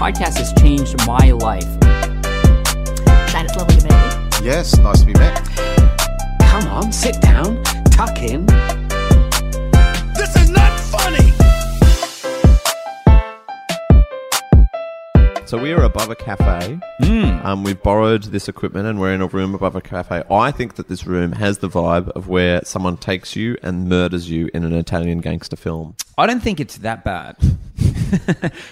podcast has changed my life. Shine, it's lovely to meet you. Yes, nice to be met. Come on, sit down, tuck in. This is not funny! So we are above a cafe. Hmm. Um, we've borrowed this equipment and we're in a room above a cafe. I think that this room has the vibe of where someone takes you and murders you in an Italian gangster film. I don't think it's that bad.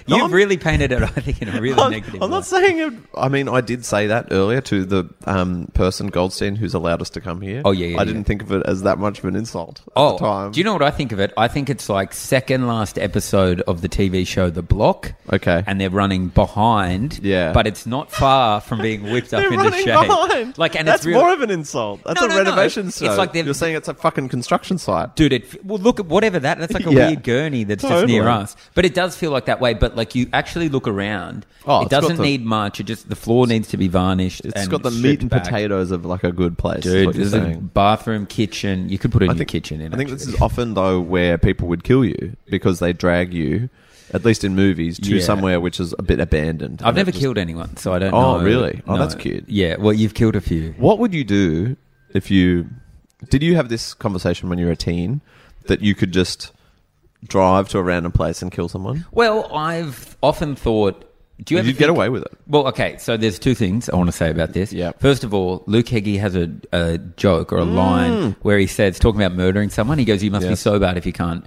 No, You've I'm- really painted it, I think, in a really I'm, negative I'm light. not saying it. I mean, I did say that earlier to the um, person Goldstein who's allowed us to come here. Oh, yeah, yeah, I didn't yeah. think of it as that much of an insult at Oh, the time. do you know what I think of it? I think it's like second last episode of the TV show The Block. Okay. and they're running behind. Yeah. but it's not far from being whipped up They're into running shape. behind. Like, and that's it's real, more of an insult. That's No, a no, no. renovation It's site. like they've- you're saying it's a fucking construction site. dude. It well, look at whatever that. That's like a Yeah. weird gurney that's just Totally. near us. But it does feel like that way. But like you actually look around, Oh, it it's got doesn't the- need much. It just the floor needs to be varnished. It's and got the stripped meat and back. potatoes of like a good place. is Dude, what you're there's a saying. bathroom, kitchen. You could put a new I think- kitchen in. I think this actually. is often though where people would kill you because they drag you, at least in movies, to Yeah. somewhere which is a bit abandoned. I've And never it just- killed anyone, so I don't. Oh, know. really? Oh, No. that's cute. Yeah. Well, you've killed a few. What would you do if you did you have this conversation when you were a teen that you could just drive to a random place and kill someone? Well, I've often thought. Do you ever You'd get think- away with it. Well, okay. So there's two things I want to say about this. Yeah. First of all, Luke Heggie has a, a joke or a line where he says, talking about murdering someone, he goes, "You must be Yes. so bad if you can't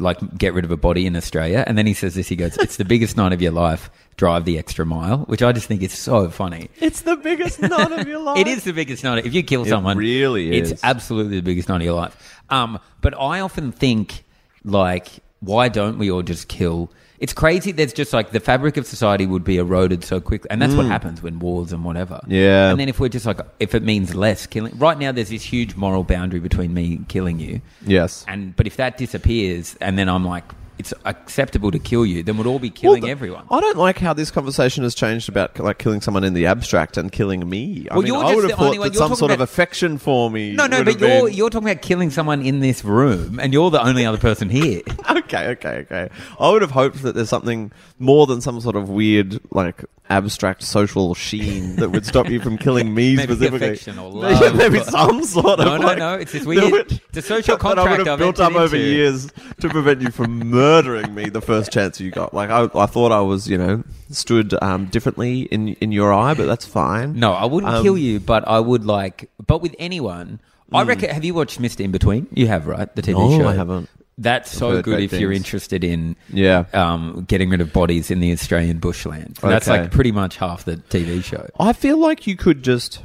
like get rid of a body in Australia." And then he says this. He goes, "It's the biggest night of your life. Drive the extra mile," which I just think is so funny. It's the biggest night of your life. It is the biggest night. If you kill someone, really It's is. absolutely the biggest night of your life. Um, but I often think, like, why don't we all just kill? It's crazy. There's just like the fabric of society would be eroded so quickly, and that's what happens when wars and whatever. Mm. Yeah. And then if we're just like, if it means less killing, right now there's this huge moral boundary between me killing you, Yes. and but if that disappears, and then I'm like, it's acceptable to kill you, then we'd all be killing Well, the- Oh, everyone. I don't like how this conversation has changed about like killing someone in the abstract and killing me. I Well, mean, you're I just would the have only thought one- that you're some talking sort of about- affection for me. No, no, would but have been- you're, you're talking about killing someone in this room, and you're the only other person here. okay, okay, okay. I would have hoped that there's something more than some sort of weird, like abstract social sheen that would stop you from killing me Maybe specifically. affection or Maybe- love. Maybe some sort No, of. no, like, no, it's this that weird- it's a social that I contract would I've have built entered up over into. years to prevent you from murdering me the first chance you got. Like I, I thought I was, you know, stood um, differently in in your eye, but that's fine. No, I wouldn't Um, Hmm. kill you, but I would like, but with anyone, I reckon. Have you watched Mr. In Between? You have, right? The TV No, show. I haven't. That's so heard good great if you're things. interested in Yeah. um, getting rid of bodies in the Australian bushland. That's Okay. like pretty much half the TV show. I feel like you could just.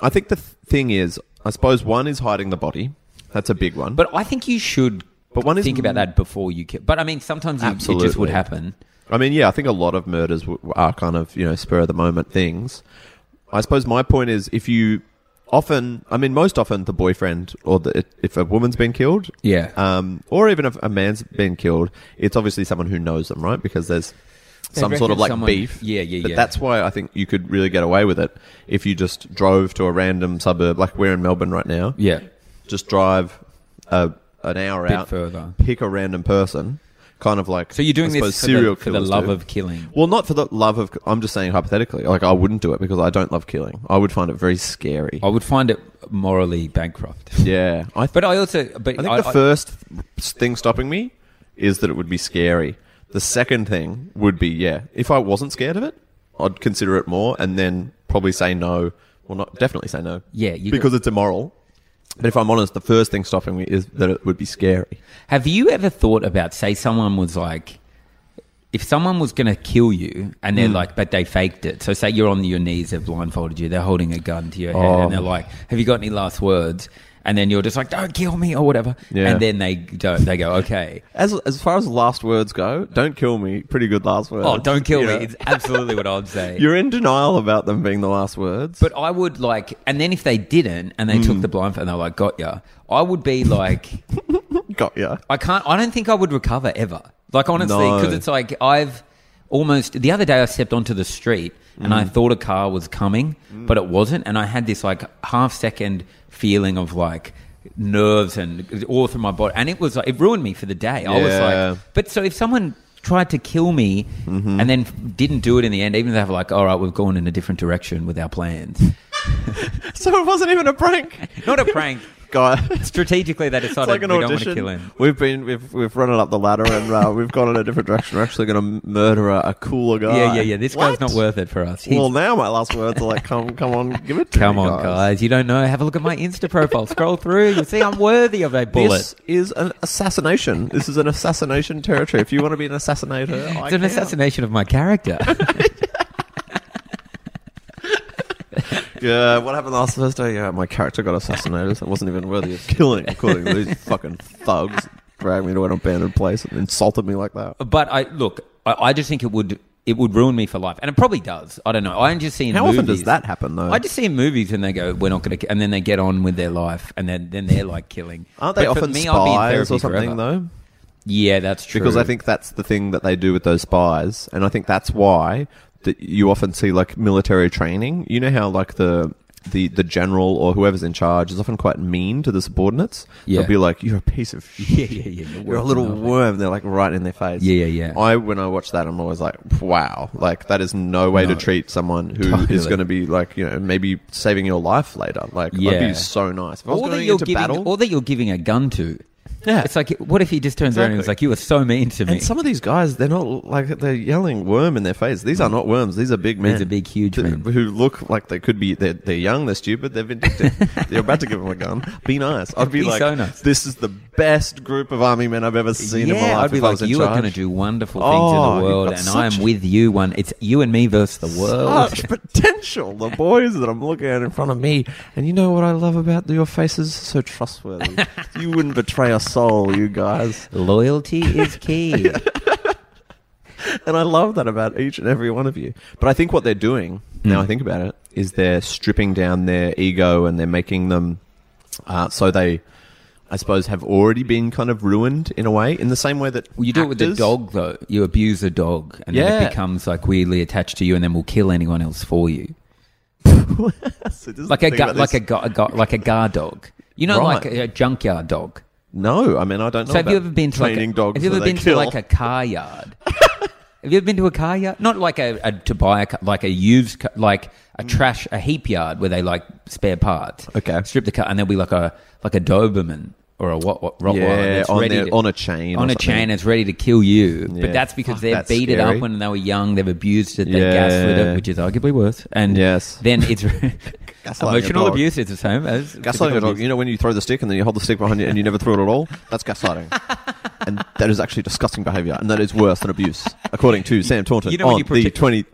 I think the th- thing is, I suppose one is hiding the body. That's a big one. But I think you should. But one is- think about that before you kill. But I mean, sometimes you, it just would Absolutely. happen. I mean, yeah, I think a lot of murders w- are kind of you know spur of the moment things. I suppose my point is if you often, I mean, most often the boyfriend or the, if a woman's been killed, Yeah. um, or even if a man's been killed, it's obviously someone who knows them, right? Because there's some sort reckon of like someone- beef. Yeah, yeah, But yeah. that's why I think you could really get away with it if you just drove to a random suburb, like we're in Melbourne right now. Yeah. just drive uh, an hour Bit out further. pick a random person, kind of like. So you're doing I this suppose for the- for the killers love do. of killing. Well, not for the love of. I'm just saying hypothetically. Like I wouldn't do it because I don't love killing. I would find it very scary. I would find it morally bankrupt. yeah, I. Th- But I also, but I think the first thing stopping me is that it would be scary. The second thing would be yeah, if I wasn't scared of it, I'd consider it more and then probably say no. Well, not definitely say no. Yeah, you- because it's immoral. But if I'm honest, the first thing stopping me is that it would be scary. Have you ever thought about, say, someone was like, if someone was going to kill you and Mm. they're like, but they faked it. So, say you're on your knees, they've blindfolded you, they're holding a gun to your head, Oh. and they're like, have you got any last words? And then you're just like, don't kill me or whatever. Yeah. And then they don't, they go, okay. As as far as last words go, don't kill me. Pretty good last words. Oh, don't kill You me. know? It's absolutely what I'd say. You're in denial about them being the last words. But I would like, and then if they didn't and they Mm. took the blindfold and they're like, got ya, I would be like, got ya. I can't. I don't think I would recover ever. Like honestly, No. because it's like I've almost the other day I stepped onto the street and Mm. I thought a car was coming, but it wasn't, and I had this like half second feeling of like nerves and all through my body, and it was like it ruined me for the day. I was Yeah. Mm-hmm. like, but so if someone tried to kill me and then f- didn't do it in the end, even though they were like, all right, we've gone in a different direction with our plans. So it wasn't even a prank. Not a prank. Guy. Strategically, they It's decided like an we don't want to audition. kill him. We've been we've we've run it up the ladder and uh, we've gone in a different direction. We're actually going to murder a, a cooler guy. Yeah, yeah, yeah. This What? guy's not worth it for us. He's- Well, now my last words are like, come, come on, give it to come me, on, guys. You don't know. Have a look at my Insta profile. Scroll through. You see, I'm worthy of a bullet. This is an assassination. This is an assassination territory. If you want to be an assassinator, I it's an can. assassination of my character. Yeah, what happened last Thursday? Yeah, my character got assassinated. So I wasn't even worthy of killing, according to these fucking thugs. Dragged me to an abandoned place and insulted me like that. but I look. I, I just think it would it would ruin me for life, and it probably does. I don't know. I'm just seeing How often does movies- that happen, though? I just see in movies and they go, "We're not going to," and then they get on with their life, and then then they're like killing. Aren't they But for often me, I'll be in spies therapy or something, forever. though? Yeah, that's true. Because I think that's the thing that they do with those spies, and I think that's why that you often see like military training. You know how like the the, the general or whoever's in charge is often quite mean to the subordinates. Yeah. They'll be like, "You're a piece of shit. yeah, yeah, yeah. You're a little working on it. worm." They're like right in their face. Yeah, yeah, yeah. I when I watch that, I'm always like, "Wow!" Like that is no way to No. treat someone who is Totally. going to be like you know maybe saving your life later. Like that'd Yeah. be so nice. If I was Or that going you're into giving, battle, or that you're giving a gun to. Yeah. it's like, what if he just turns around and is Exactly. like, "You were so mean to me." And some of these guys, they're not like they're yelling worm in their face. These are not worms. These are big men. Mm. are big, huge Th- men. who look like they could be. They're, they're young. They're stupid. They're vindictive. they're about to give them a gun. Be nice. I'd be, Be like, so nice. this is the best group of army men I've ever seen in my yeah, life. I'd be if I like, was in you are charge." going to do wonderful things Oh, in you've the world, got and such- I'm with you. One, it's you and me versus the world. Such Oh, potential, the boys that I'm looking at in front of me. And you know what I love about your faces? So trustworthy. you wouldn't betray a soul, you guys. Loyalty is key. And I love that about each and every one of you. But I think what they're doing, now Hmm. I think about it, is they're stripping down their ego and they're making them uh, so they, I suppose, have already been kind of ruined in a way, in the same way that. Well, you do it with actors- the dog, though. You abuse the dog, and then Yeah. it becomes like weirdly attached to you, and then will kill anyone else for you. So this is Like the a thing gu- about like a this- gu- a gu- like a guard dog. You know, Right. like a, a junkyard dog. No, I mean, I don't know. So have you about ever been to like training a, dogs? Have you that ever they been kill. to like a car yard? have you ever been to a car yard? Not like a, a to buy a ca- like a used ca- like a trash a heap yard where they like spare parts. Mm. Okay. strip the car and there'll be like a like a Doberman or a what what Rottweiler Yeah, that's on ready their- to- on a chain or on a something. chain that's ready to kill you. Yeah. But that's because Fuck, they're that's beat it scary. up when they were young. They've abused it. They Yeah. gaslit it, which is arguably worse. And Yes. then it's Gaslighting a emotional dog. abuse. It's the same as Gaslighting physical a dog. abuse. You know when you throw the stick and then you hold the stick behind you and you never throw it at all? That's gaslighting. and that is actually disgusting behaviour and that is worse than abuse, according to Sam Taunton You know when on you the protect- 20...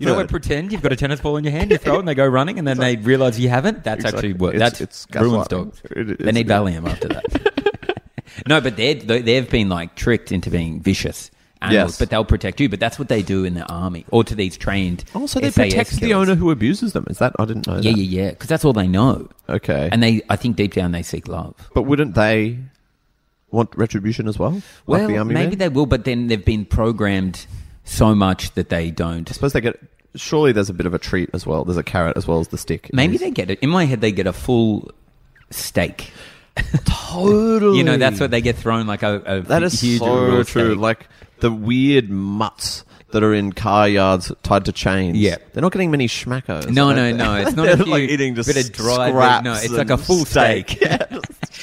You know, where pretend you've got a tennis ball in your hand, you throw it, and they go running, and then they realize you haven't. That's Exactly. actually what It's- it's that's ruins gaslighting. dogs. It is- they need Valium after that. no, but they're, they- they've been like tricked into being vicious animals, Yes. but they'll protect you. But that's what they do in the army or to these trained. Also, they SAS protect the killers. owner who abuses them. Is that... I didn't know Yeah, that. yeah, yeah. Because that's all they know, Okay. and they, I think, deep down, they seek love. but wouldn't they want retribution as well? Well, like the army maybe men? they will, but then they've been programmed so much that they don't. suppose they get... Surely there's a bit of a treat as well. There's a carrot as well as the stick. Maybe they get it. In my head, they get a full steak. Totally. You know, that's what they get thrown like a, a That is huge so raw true. steak. Like the weird mutts that are in car yards tied to chains. Yeah. they're not getting many schmackos. no, are no, they? no. It's not they're a few, like eating just bit of dry. scraps no, it's and like a full steak.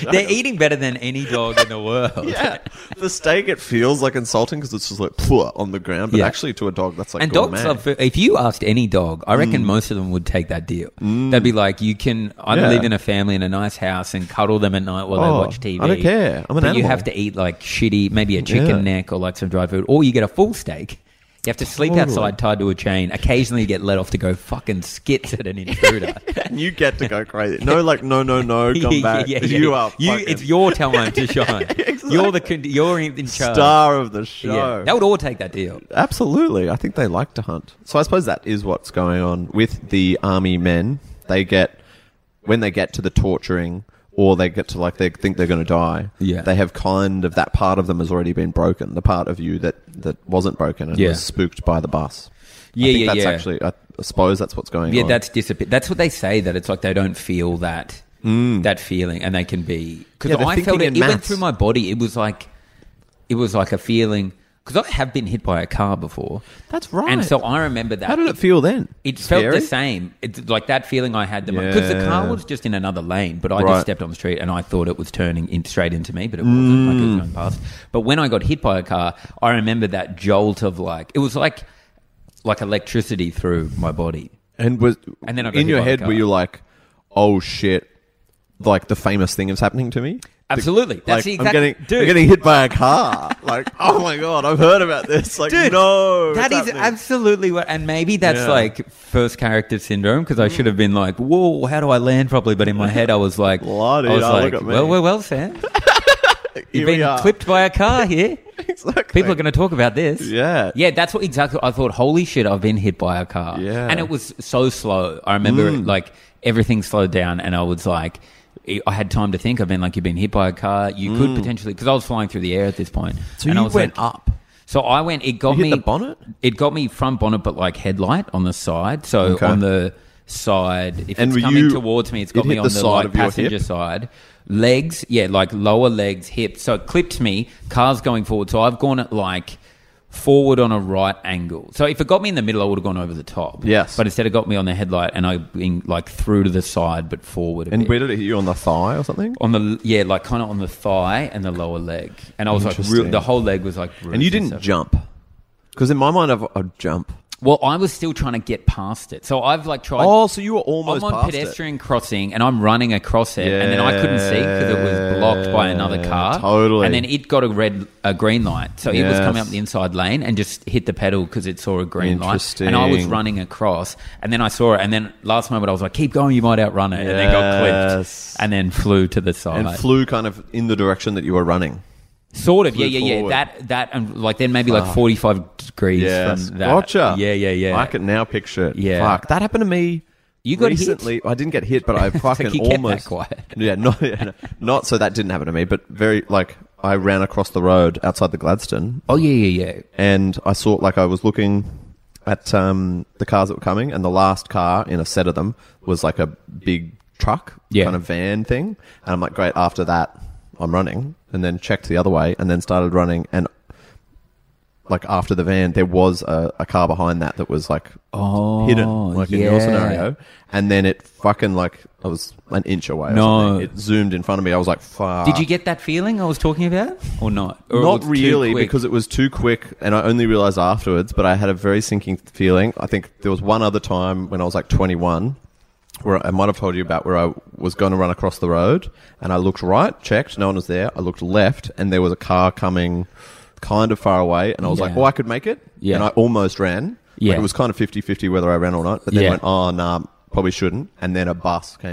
Yeah, They're eating better than any dog in the world. yeah. The steak it feels like insulting because it's just like plow on the ground, but Yeah. actually to a dog that's like And dogs, gourmet. love food. if you asked any dog, I Mm. reckon most of them would take that deal. They'd be like, "You can. I Yeah. live in a family in a nice house and cuddle them at night while Oh, they watch TV. I don't care. I'm an but you animal. have to eat like shitty, maybe a chicken Yeah. neck or like some dry food, or you get a full steak. You have to sleep Totally. outside tied to a chain. Occasionally, you get let off to go fucking skits at an intruder. and you get to go crazy. No, like no, no, no, come back. you are fucking It's your time to shine. exactly. You're the con- you're in, in charge. star of the show. Yeah, they would all take that deal. Absolutely. I think they like to hunt. So I suppose that is what's going on with the army men. They get, when they get to the torturing or they get to like, they think they're going to die, Yeah. they have kind of, that part of them has already been broken. The part of you that, that wasn't broken and Yeah. was spooked by the bus. Yeah, I think yeah, that's yeah. actually, I I suppose that's what's going Yeah, on. that's disappear. That's what they say. That it's like they don't feel that that feeling, and they can be Mm. because Yeah, they're I felt thinking it. in It went maths. through my body. It was like it was like a feeling because I have been hit by a car before. That's right. And so I remember that. How did it feel then? It felt Scary? the same. It's like that feeling I had the because the car Yeah. was just in another lane, but I Right. just stepped on the street and I thought it was turning in straight into me, but it wasn't. Like it was going past. But when I got hit by a car, I remember that jolt of like it was like like electricity through my body. And was And then I got in hit your by the head car. were you like, oh shit, like the famous thing is happening to me? Absolutely. That's Like, the I'm exact- getting Dude. I'm getting hit by a car. like oh my god, I've heard about this. Like no, that it's is happening. absolutely what, and maybe that's Yeah. like first character syndrome Mm. because I should have been like, "Whoa, how do I land properly?" But in my head, I was like, I Bloody was hell, like, look at me. "Well, well, well, Sam, Here you've we been are. clipped by a car here. Exactly. People are going to talk about this." Yeah. yeah, that's what exactly I thought. Holy shit, I've been hit by a car. Yeah. Mm. and it was so slow. I remember it, like everything slowed down, and I was like. I had time to think. I've been like, you've been hit by a car. You could potentially because I was flying through the air at this point. Mm. So and I you was went like- up. So I went. It got You hit me the bonnet? It got me front bonnet, but like headlight on the side. So Okay. on the side, if And it's were coming you- towards me, it's it got me hit on the the, side like, of your hip? passenger side. Legs, yeah, like lower legs, hips. So it clipped me. Cars going forward. So I've gone at like forward on a right angle. So if it got me in the middle, I would have gone over the top. Yes. but instead it got me on the headlight, and I been like through to the side, but forward. A And bit. where did it hit you on the thigh or something? on the yeah, like kind of on the thigh and the lower leg, and I was like, real, Interesting. the whole leg was like. bruised And you didn't stuff. jump because in my mind I've a jump. Well, I was still trying to get past it. So I've like tried. Oh, so you were almost I'm on past pedestrian crossing and I'm running across it, and then I couldn't see because it was blocked by another car. Yeah, totally. And then it got a red, a green light, so it was coming Yes. up the inside lane and just hit the pedal because it saw a green light. And I was Interesting. running across, and then I saw it, and then last moment I was like, "Keep going, you might outrun it," and then got Yes. clipped, and then flew to the side. And flew kind of in the direction that you were running. Sort of, Flew yeah, yeah, forward. Ah. yeah. That, that, and like then maybe like forty-five degrees Yes. from that. Gotcha. Yeah, yeah, yeah. I can now picture it. Yeah. Fuck. That happened to me. You got hit? recently. I didn't get hit, but I fucking you kept that almost. quiet. Yeah, no, yeah, no. not so that didn't happen to me, but very like I ran across the road outside the Gladstone, oh yeah, yeah, yeah. and I saw like I was looking at um, the cars that were coming, and the last car in a set of them was like a big truck, Yeah. kind of van thing, and I'm like, great. After that, I'm running, and then checked the other way, and then started running, and like after the van, there was a, a car behind that that was like hidden, like in your Oh, yeah. scenario, and then it fucking like I was an inch away. or No. something. it zoomed in front of me. I was like, fuck. Did you get that feeling I was talking about, or not? Or it Ah. Not was too really, quick? because it was too quick, and I only realized afterwards. But I had a very sinking feeling. I think there was one other time when I was like 21, where I might have told you about where I was going to run across the road, and I looked right, checked, no one was there. I looked left, and there was a car coming, kind of far away, and I was like, Yeah. "Oh, I could make it," Yeah. and I almost ran. Yeah. like, it was kind of 50-50 whether I ran or not. But then Yeah. went, "Oh, nah." Probably shouldn't, and then a bus came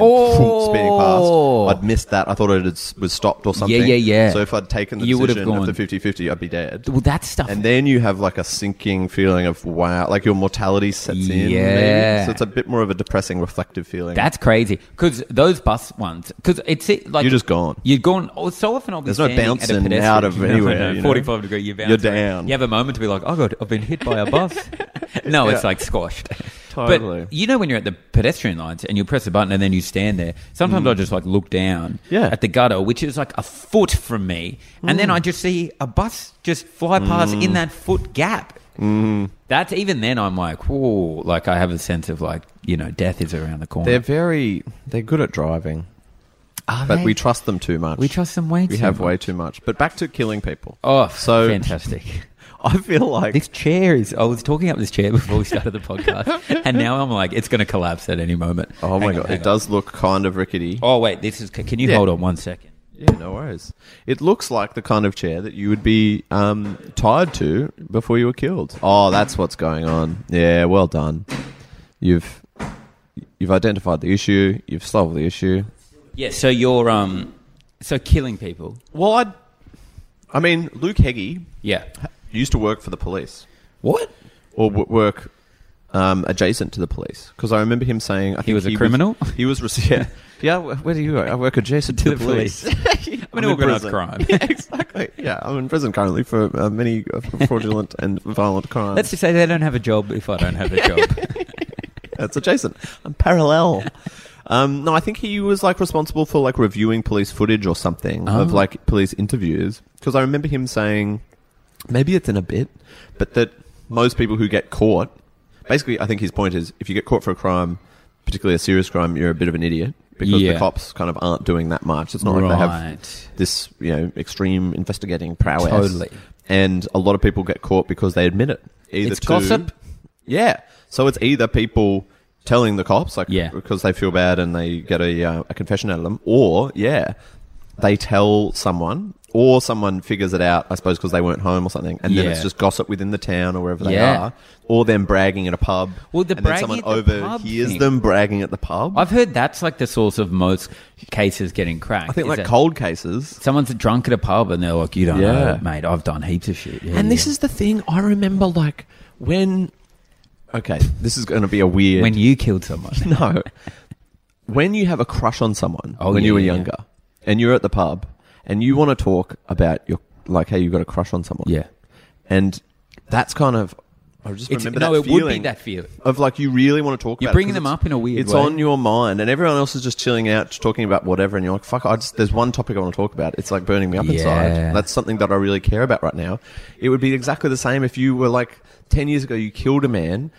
Oh. speeding past. I'd missed that. I thought it had s- was stopped or something. yeah, yeah. So if I'd taken the You would have decision of gone- the 50-50, I'd be dead. well, that stuff. And then you have like a sinking feeling of wow, like your mortality sets in. Yeah. maybe. So it's a bit more of a depressing, reflective feeling. that's crazy because those bus ones because it's it- like You're just gone. You're gone. Oh, so often I'll be There's no standing at a bouncing pedestrian- out of No, anywhere, no, no, you know? Forty-five degree, you bounce You're right. down. You have a moment to be like, oh god, I've been hit by a bus. no, it's like squashed. Totally. But you know when you're at the pedestrian lines and you press a button and then you stand there. Sometimes I just like look down Mm. Yeah. Mm. at the gutter, which is like a foot from me, and then I just see a bus just fly past in that foot gap. Mm-hmm. That's even then I'm like, whoa, like I have a sense of like, you know, death is around the corner. they're very they're good at driving, Are but Ah, they? we trust them too much. we trust them way We too have much. way too much. But back to killing people. Oh, So- so fantastic. I feel like This chair is. I was talking up this chair before we started the podcast, and now I'm like, it's going to collapse at any moment. oh my Hang on, god, hang it on. does look kind of rickety. Oh wait, this is. Can you Yeah. hold on one second? Yeah, no worries. It looks like the kind of chair that you would be um, tied to before you were killed. Oh, that's what's going on. Yeah, well done. You've you've identified the issue. You've solved the issue. Yeah. So you're um. So killing people. Well, I, I mean, Luke Heggie Yeah. used to work for the police What? or w- work um, adjacent to the police because I remember him saying I think he was a criminal? he was rec- yeah yeah. wh- Where do you work? I work adjacent to, To the police. I'm in an organised prison. crime. Yeah, exactly. Yeah, I'm in prison currently for uh, many uh, fraudulent and violent crimes. Let's just say they don't have a job if I don't have a job. That's adjacent. I'm parallel. Um, no, I think he was like responsible for like Oh. reviewing police footage or something of like police interviews because I remember him saying maybe it's in a bit, but that most people who get caught, basically, I think his point is if you get caught for a crime, particularly a serious crime, you're a bit of an idiot because Yeah. the cops kind of aren't doing that much. It's not like they Right. have this, you know, extreme investigating prowess. Totally. And a lot of people get caught because they admit it. Either It's to- gossip. Yeah. So it's either people telling the cops, like, Yeah. because they feel bad and they get a, uh, a confession out of them, or, yeah, they tell someone, or someone figures it out, I suppose, because they weren't home or something, and then it's Yeah. just gossip within the town or wherever they Yeah. are, or them bragging at a pub. Well, the and then bragging someone at the pub overhears thing. them bragging at the pub. i I've heard that's like the source of most cases getting cracked. think is like that cold cases. Someone's drunk at a pub and they're like, "You don't Yeah. know, mate. I've done heaps of shit." Yeah, And this yeah. is the thing I remember, like when. Okay, this is going to be a weird. when you killed someone. No. When you have a crush on someone Oh, when yeah, you were yeah, yeah. younger and you're at the pub and you want to talk about your like how you got a crush on someone. Yeah. And that's kind of I just It's- remember no, that it would be feeling that feeling. of like you really want to talk. You're about it 'cause bringing them it's- up in a weird It's way. on your mind, and everyone else is just chilling out, just talking about whatever. And you're like, "Fuck! I just there's one topic I want to talk about. It's like burning me up Yeah. inside. That's something that I really care about right now." It would be exactly the same if you were like ten years ago, you killed a man.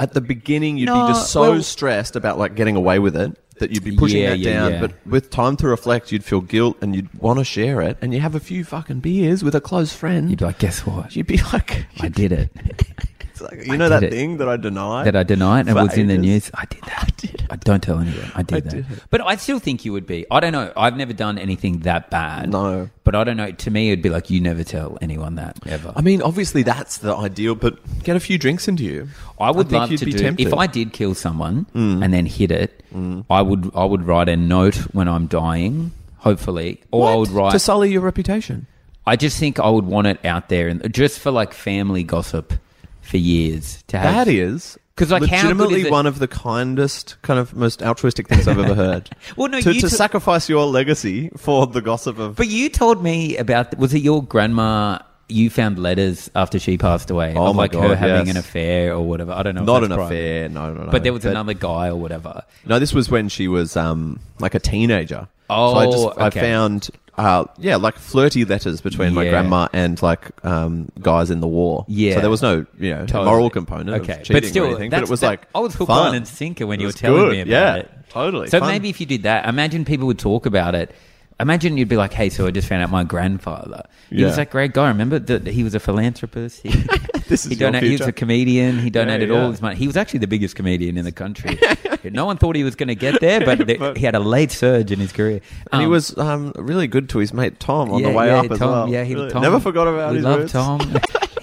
At the beginning, you'd No, be just so well- stressed about like getting away with it that you'd be pushing Yeah, that yeah, down. yeah. But with time to reflect, you'd feel guilt and you'd want to share it. And you have a few fucking beers with a close friend. You'd be like, "Guess what? You'd be like, I did it. it's like, you know did that it. thing that I denied? That I denied and For it was in the ages. news. I did that. I did. I don't tell anyone. I did I that. did it. But I still think you would be. I don't know. I've never done anything that bad. No. But I don't know. To me, it'd be like you never tell anyone that ever. I mean, obviously that's the ideal, but get a few drinks into you. I would think love you'd to be do tempted. if I did kill someone and then hit it. I would I would write a note when I'm dying, hopefully, or I would to write. sully your reputation. I just think I would want it out there and just for like family gossip for years to have. That is 'Cause, like, how good legitimately is it- one of the kindest, kind of most altruistic things I've ever heard. Well, no, to, you to took- sacrifice your legacy for the gossip of. But you told me about was it your grandma? You found letters after she passed away Oh of my like her God, having yes. an affair or whatever. I don't know. if not that's an private. affair, no, no, no. But there was another guy or whatever. No, this was when she was um, like a teenager. Oh, so I just okay. I found uh, yeah, like flirty letters between my Yeah. grandma and like um, guys in the war. Yeah. so there was no you know Totally. moral component. Okay, of cheating but still, or anything, but that's- it was that- like I was hook fun. on and sinker when It you were was telling good, me about yeah, it. totally, So fun. maybe if you did that, imagine people would talk about it. Imagine you'd be like, "Hey, so I just found out my grandfather. He was Yeah. that great guy. Remember that he was a philanthropist. He, This is he your donated. He was future. a comedian. He donated yeah. all his money. He was actually the biggest comedian in the country. no one thought he was going to get there, but, th- he had a late surge in his career. And he Um, was um, really good to his mate Tom on the yeah, way yeah, up as Tom, well. Yeah, he Really. Tom, never forgot about we his love roots. Tom.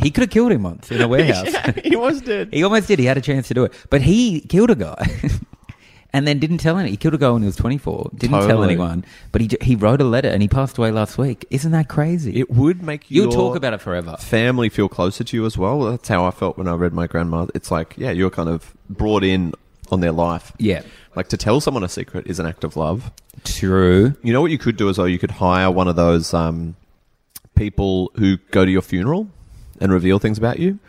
he could have killed him once in a warehouse. Yeah, he was dead. He almost did. He had a chance to do it, but he killed a guy, and then didn't tell anyone. He killed a guy when he was twenty-four. Didn't tell Totally. anyone, but he j- he wrote a letter and he passed away last week. Isn't that crazy? It would make you You'll talk about it forever. Family feel closer to you as well. That's how I felt when I read my grandma. It's like yeah, you're kind of brought in on their life. Yeah. like to tell someone a secret is an act of love. True. You know what you could do as well? You could hire one of those um, people who go to your funeral and reveal things about you.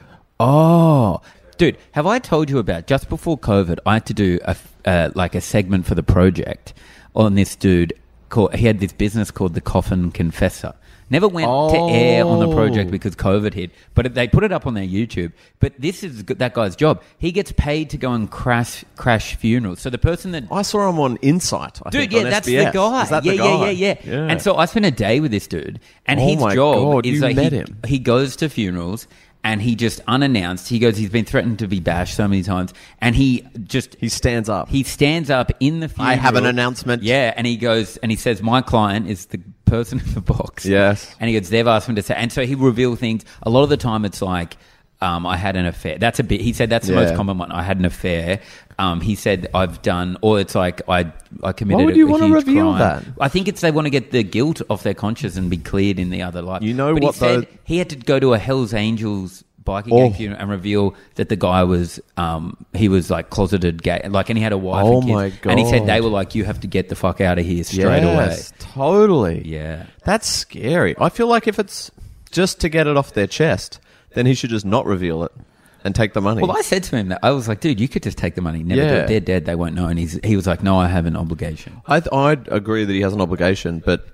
Oh, dude, have I told you about just before COVID? I had to do a f- uh, like a segment for the project on this dude. Called, he had this business called the Coffin Confessor. Never went to air on the project because COVID hit, but they put it up on their YouTube. But this is g- that guy's job. He gets paid to go and crash crash funerals. So the person that I saw him on Insight. I Dude, think, yeah, on that's SBS. the guy. Is that yeah, the guy? yeah, yeah, yeah, And so I spent a day with this dude, and Oh his my job God, is you that met he, him. he goes to funerals and he just unannounced. He goes, he's been threatened to be bashed so many times, and he just he stands up. he stands up in the funeral. I have an announcement. Yeah, and he goes and he says, "My client is the person in the box." Yes. and he goes, "They've asked him to say," and so he reveal things. A lot of the time, it's like. Um, I had an affair. That's a bit. He said that's the most Yeah. common one. I had an affair. Um, he said I've done, or it's like I I committed. would a- you a wanna huge reveal crime. that? I think it's they want to get the guilt off their conscience and be cleared in the other life. You know but what, He said though- he had to go to a Hell's Angels biking Oh. gang funeral and reveal that the guy was um, he was like closeted gay, like and he had a wife. Oh and kids. my And he said God. they were like, "You have to get the fuck out of here straight Yes, Totally. away." Yeah. That's scary. I feel like if it's just to get it off their chest, then he should just not reveal it and take the money. Well, I said to him that I was like, "Dude, you could just take the money. Never do Yeah. it. They're dead. They won't know." And he's, he was like, "No, I have an obligation." I th- I'd agree that he has an obligation, but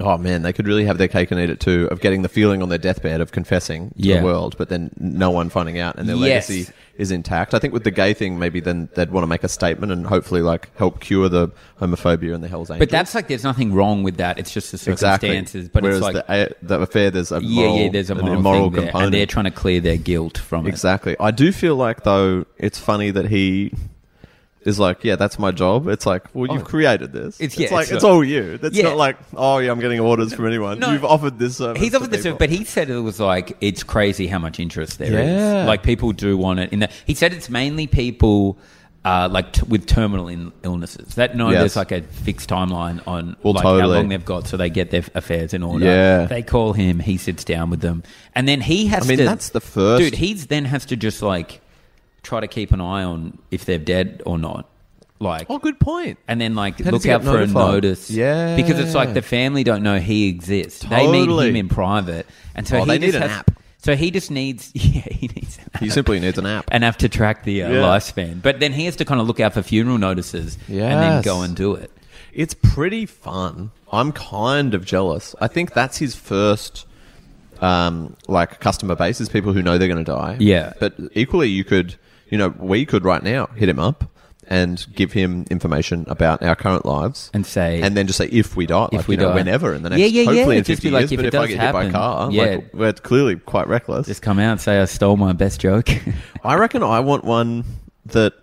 Oh man, they could really have their cake and eat it too of getting the feeling on their deathbed of confessing to Yeah. the world, but then no one finding out and their Yes. legacy is intact. I think with the gay thing, maybe then they'd want to make a statement and hopefully like help cure the homophobia and the Hell's Angels. But that's like there's nothing wrong with that. It's just the exactly. circumstances. But Whereas it's like the, the affair, there's a yeah, moral, yeah. There's a an moral, immoral thing there, component. and they're trying to clear their guilt from it. Exactly. I do feel like though it's funny that he is like, yeah, that's my job. It's like, well, you've created this. Oh. It's- yeah, like it's it's, not- all you. That's Yeah. not like, oh yeah, I'm getting orders from anyone. No. You've offered this service. He's to offered this, people. but he said it was like it's crazy how much interest there is. Yeah. Like people do want it. In that, he said it's mainly people uh, like t- with terminal in- illnesses that know Yes. there's like a fixed timeline on Well, like how totally. long they've got, so they get their affairs in order. Yeah. they call him. He sits down with them, and then he has. I mean, to, that's the first- dude. He's then has to just like try to keep an eye on if they're dead or not. Like oh, good point. and then like does look he out get for a notified? notice. Yeah. Because it's like the family don't know he exists. They meet Totally. him in private. And so Oh, he they just need an has- app. So he just needs yeah, he needs an app. He simply needs an app. an app to track the uh, Yeah. lifespan. But then he has to kind of look out for funeral notices and then Yes. go and do it. It's pretty fun. I'm kind of jealous. I think that's his first, um, like customer base is people who know they're going to die. Yeah. But equally, you could, you know, we could right now hit him up and give him information about our current lives And say- and then just say if we die, like, If we you know, die. whenever in the next, Yeah, yeah, yeah. hopefully in Just 50 be like, years. if but it if I does get hit happen, by a car, yeah. like, we're clearly quite reckless. Just come out and say I stole my best joke. I reckon I want one that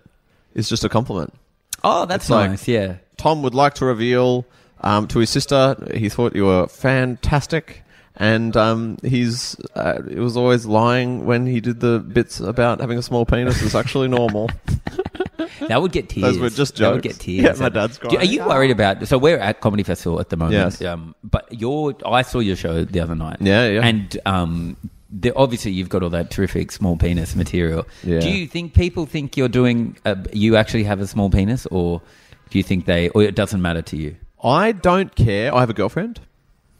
is just a compliment. oh, that's It's like- nice, yeah. Tom would like to reveal um, to his sister he thought you were fantastic, and um, he's uh, he was always lying when he did the bits about having a small penis. It's actually normal. That would get tears. were just That would jokes. get tears. Yeah, my dad's Do- Are crying. you worried about? So we're at comedy festival at the moment. Yes. Um, but your, I saw your show the other night. Yeah, yeah. And um, the, obviously you've got all that terrific small penis material. Yeah. Do you think people think you're doing? Uh, you actually have a small penis, or do you think they? Or it doesn't matter to you? I don't care. I have a girlfriend.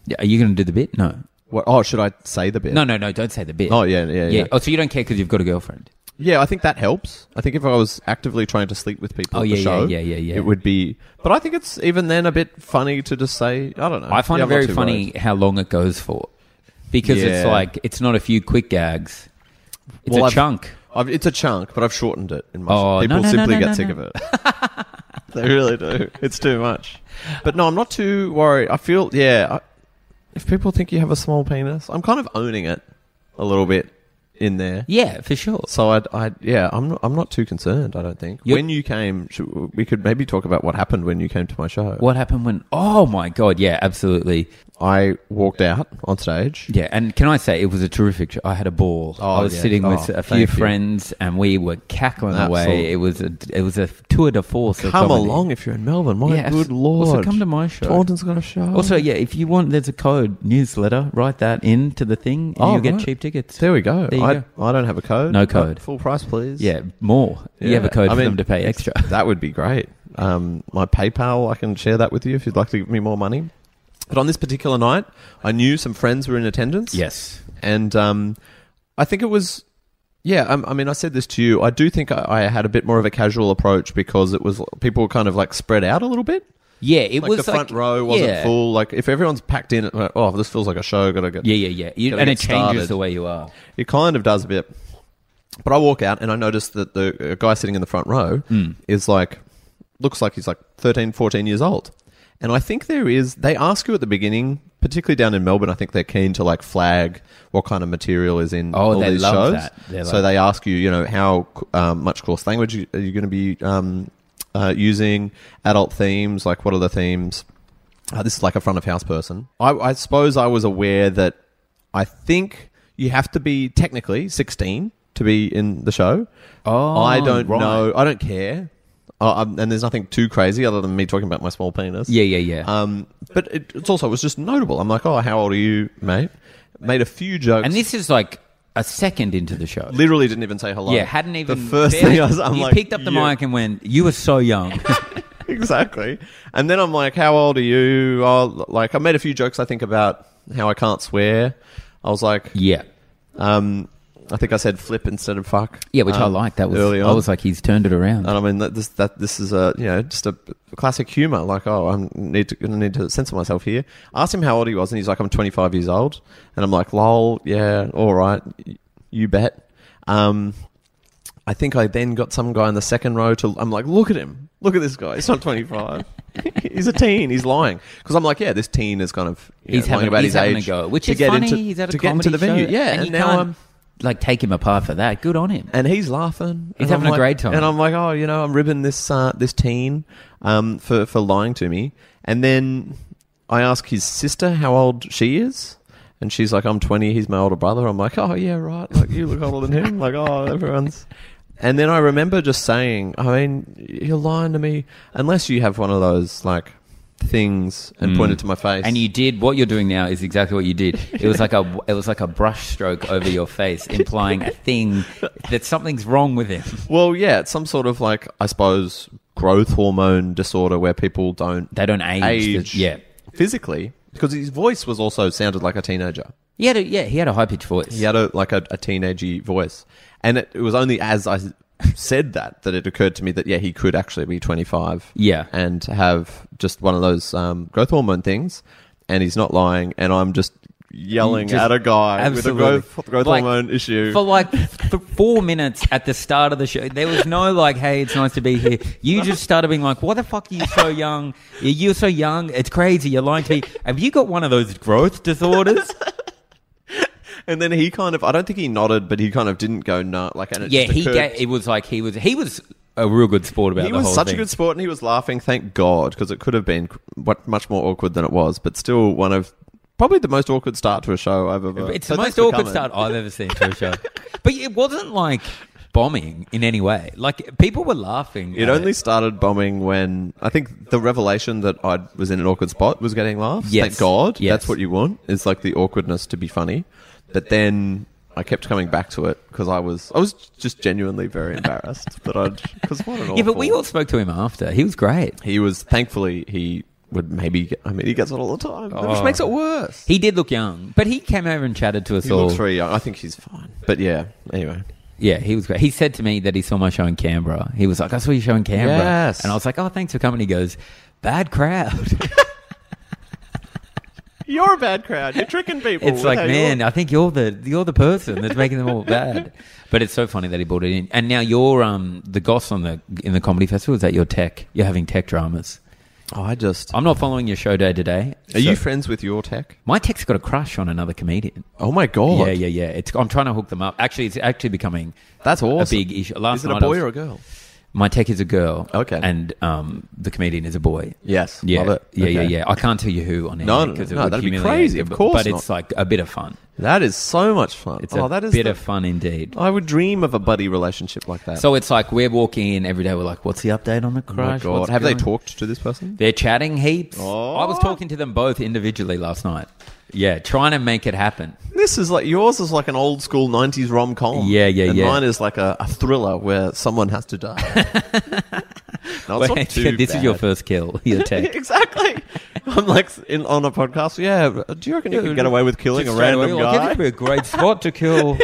Yeah. Are you going to do the bit? No. What? Oh, should I say the bit? No, no, no. Don't say the bit. Oh yeah, yeah, yeah. Yeah. Oh, so you don't care because you've got a girlfriend. Yeah, I think that helps. I think if I was actively trying to sleep with people Oh, at yeah, the yeah, show, yeah, yeah, yeah. it would be. But I think it's even then a bit funny to just say, I don't know. I find Yeah, it I'm not very too funny worried. how long it goes for, because it's Yeah. like it's not a few quick gags. It's Well, a I've- chunk. I've, it's a chunk, but I've shortened it in my. Oh, no, people no, no, simply no, get no, sick no. of it. they really do. It's too much. But no, I'm not too worried. I feel yeah. I, if people think you have a small penis, I'm kind of owning it a little bit in there. Yeah, for sure. So I, I yeah, I'm not, I'm not too concerned. I don't think. You're- when you came, should, we could maybe talk about what happened when you came to my show. What happened when? Oh my god! Yeah, absolutely. I walked out on stage. Yeah, and can I say it was a terrific show? I had a ball. Oh, I was yes. sitting with Oh, a few thank you. friends, and we were cackling away. Absolutely. It was a it was a tour de force. of Come comedy. along if you're in Melbourne. My Yeah, good abso- lord! Also, come to my show. Taunton's got a show. Also, yeah, if you want, there's a code newsletter. Write that in to the thing, and Oh, you'll get right. cheap tickets. There we go. There you I, go. I don't have a code. No Uh, code. Full price, please. Yeah, more. You have a Yeah. code I for mean, them to pay extra. That would be great. Um, my PayPal, I can share that with you if you'd like to give me more money. But on this particular night, I knew some friends were in attendance. yes. And um, I think it was, yeah, um, I mean, I said this to you. I do think I, I had a bit more of a casual approach because it was people were kind of like spread out a little bit. Yeah, it Like was the front like- row wasn't yeah. full. Like if everyone's packed in, like, oh, this feels like a show. Gotta get Yeah, yeah, yeah. You, Gotta and it get changes started. the way you are. It kind of does a bit. But I walk out and I notice that the uh, guy sitting in the front row Hmm. is like, looks like he's like 13, 14 years old. And I think there is, they ask you at the beginning, particularly down in Melbourne, I think they're keen to like flag what kind of material is in Oh, all they these love shows. that. They're so like- they ask you, you know, how um, much coarse language you- are you going to be um, uh, using, adult themes, like what are the themes? Uh, this is like a front of house person. I, I suppose I was aware that I think you have to be technically 16 to be in the show. Oh, I don't right. know. I don't care. Uh, um, and there's nothing too crazy other than me talking about my small penis. Yeah, yeah, yeah. Um, but it, it's also it was just notable. I'm like, oh, how old are you, mate? Made a few jokes. and this is like a second into the show. literally didn't even say hello. Yeah, hadn't even. The first barely- thing I was, I'm you like, picked up the yeah. mic and went, "You were so young." exactly. And then I'm like, how old are you? Oh, like, I made a few jokes. I think about how I can't swear. I was like, yeah, um, I think I said flip instead of fuck. Yeah, which I um, liked. That was early on. Um, I was like, he's turned it around. and I mean that this that this is a you know just a classic humor. Like oh, I need to gonna need to censor myself here. I asked him how old he was, and he's like, I'm 25 years old. And I'm like, lol, yeah, all right, y- you bet. Um, I think I then got some guy in the second row to. I'm like, look at him, look at this guy. He's not 25. he's a teen. He's lying because I'm like, yeah, this teen is kind of you he's know, lying having, about he's his having age a go, which to is get funny. into- he's at a to get into comedy the venue. show, Yeah, and, you now can't, I'm like take him apart for that. Good on him. and he's laughing. He's And having I'm a like- great time. And I'm like, oh, you know, I'm ribbing this uh, this teen um, for for lying to me. And then I ask his sister how old she is, and she's like, I'm 20. He's my older brother. I'm like, oh yeah, right. Like you look older than him. Like oh, everyone's. And then I remember just saying, I mean, you're lying to me unless you have one of those like things and pointed to my face. Mm. And you did what you're doing now is exactly what you did. It was like a it was like a brush stroke over your face, implying a thing that something's wrong with him. well, yeah, it's some sort of like I suppose growth hormone disorder where people don't They don't age. age, Yeah, physically because his voice was also sounded like a teenager. he had a, yeah he had a high pitched voice. He had a, like a, a teenagey voice, and it, it was only as I said that that it occurred to me that yeah, he could actually be twenty five. Yeah. and have just one of those um, growth hormone things, and he's not lying, and I'm just yelling Just- at a guy absolutely. with a growth, growth Like, hormone issue. For like th- four minutes at the start of the show, there was no like, "Hey, it's nice to be here." You just started being like, "Why the fuck are you so young? You- You're so young. It's crazy. You're lying to me. Have you got one of those growth disorders?" and then he kind of, I don't think he nodded, but he kind of didn't go no, like and it yeah, just he occurred ga- it was like he was he was a real good sport about He the was whole such thing. a good sport, and he was laughing. Thank God, because it could have been what much more awkward than it was, but still one of probably the most awkward start to a show I've ever. It's So the thanks most for coming. awkward start I've ever seen to a show. but it wasn't like bombing in any way. Like people were laughing. It at only started bombing when I think the revelation that I was in an awkward spot was getting laughs. Yes. Thank God, Yes. that's what you want. It's like the awkwardness to be funny, but then. I kept coming back to it because I was I was just genuinely very embarrassed that I'd because what an awful Yeah, but we all spoke to him after. He was great. he was thankfully he would maybe get, I mean he gets it all the time which Oh. makes it worse He did look young, but he came over and chatted to us He all. looks very young. I think he's fine. But yeah, anyway. Yeah, he was great. He said to me that he saw my show in Canberra. He was like, "I saw your show in Canberra," Yes. and I was like, "Oh, thanks for coming." He goes, "Bad crowd." You're a bad crowd. Oh, You're tricking people. It's like, man, I think you're the you're the person that's making them all bad. But it's so funny that he brought it in. And now you're um the goss on the in the comedy festival is that your tech. You're having tech dramas. Oh, I just. I'm not following your show day to day. Are you So- friends with your tech? my tech's got a crush on another comedian. Oh my god. Yeah, yeah, yeah. It's I'm trying to hook them up. Actually, it's actually becoming That's awesome. a big issue. Last Is it night a boy I was- or a girl? my tech is a girl. Okay. and um the comedian is a boy. Yes. Yeah, Love it. yeah, yeah, Okay. yeah. I can't tell you who on air No, no, 'cause no, would that'd be humiliate crazy. you, Of but- course but not. it's like a bit of fun. That is so much fun. It's oh, a that is bit the- Oh, of fun indeed. I would dream of a buddy relationship like that. So it's like we're walking in every day. We're like, "What's the update on the oh my crush? god. What's Have going-" they talked to this person? They're chatting heaps. Oh. I was talking to them both individually last night. Yeah, trying to make it happen. This is like yours is like an old school '90s rom com. Yeah, yeah, and yeah. Mine is like a, a thriller where someone has to die. no, it's not this too is your bad. first kill. Your tech. exactly. I'm like in, on a podcast. Yeah, do you reckon you can get away with killing a Just straight away, random you're like, guy? "This would be a great spot to kill.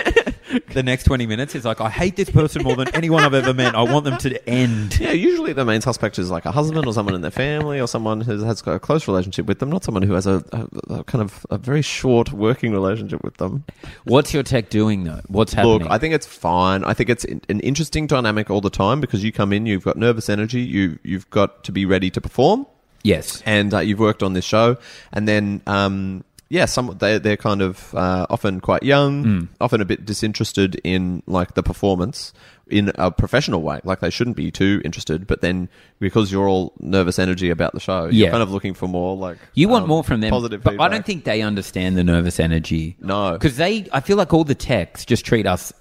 the next twenty minutes is like, I hate this person more than anyone I've ever met. I want them to end. Yeah, usually the main suspect is like a husband or someone in their family or someone who has got a close relationship with them, not someone who has a, a, a kind of a very short working relationship with them. What's your tech doing though? What's happening? Look, I think it's fine. I think it's in- an interesting dynamic all the time because you come in, you've got nervous energy, you you've got to be ready to perform. yes. and uh, you've worked on this show, and then um, yeah, some they, they're kind of uh, often quite young, Hmm. often a bit disinterested in like the performance in a professional way. Like they shouldn't be too interested, but then because you're all nervous energy about the show, you're Yeah. kind of looking for more like You want um, more from them, Positive, but I feedback. don't think they understand the nervous energy. No. because they, I feel like all the techs just treat us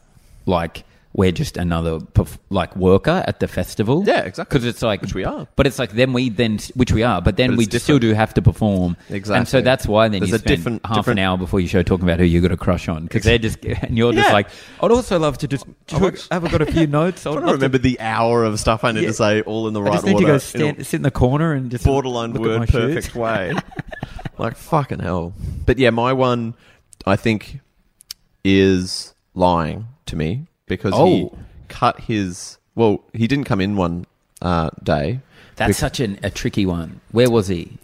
like we're just another perf- like worker at the festival. Yeah, exactly. Because it's like Which we are. but it's like then we then which we are, but then But we it's different. still do have to perform. and so Exactly. that's why then There's you a spend different- half different- an hour before your show talking about who you got a crush on because they're just and you're just Yeah. like I'd also love to just want- have I got a few notes. I'd I love to- remember the hour of stuff I need Yeah. to say all in the I right just need order. to go in a stand, sit in the corner and just borderline look at my word shoes. perfect way. like fucking hell. But yeah, my one I think is lying. to me because he Oh. cut his. Well, he didn't come in one uh, day. That's such an, a tricky one. Where was he?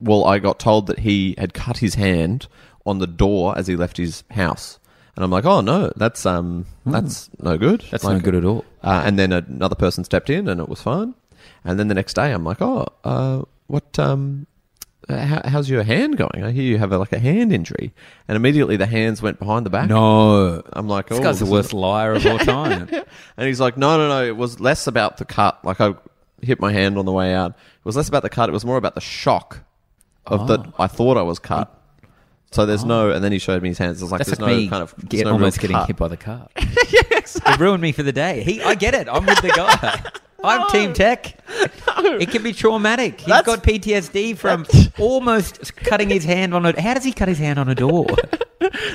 Well, I got told that he had cut his hand on the door as he left his house, and I'm like, oh no, that's um, that's no good. Hmm. That's Like, no good at all. Uh, and then another person stepped in, and it was fine. And then the next day, I'm like, oh, uh, what? Um, uh, how, how's your hand going? I hear you have a, like a hand injury, and immediately the hands went behind the back. No. I'm like, oh, This guy's the this worst liar of all time. and he's like, no, no, no. It was less about the cut. Like I hit my hand on the way out. It was less about the cut. It was more about the shock of Oh. that I thought I was cut. So there's no. And then he showed me his hands. It's like That's there's like no me kind of there's get, no real almost getting cut. hit by the car. It ruined me for the day. He, I get it. I'm with the guy. I'm Team Tech. It can be traumatic. He's That's- got PTSD from almost cutting his hand on a. How does he cut his hand on a door?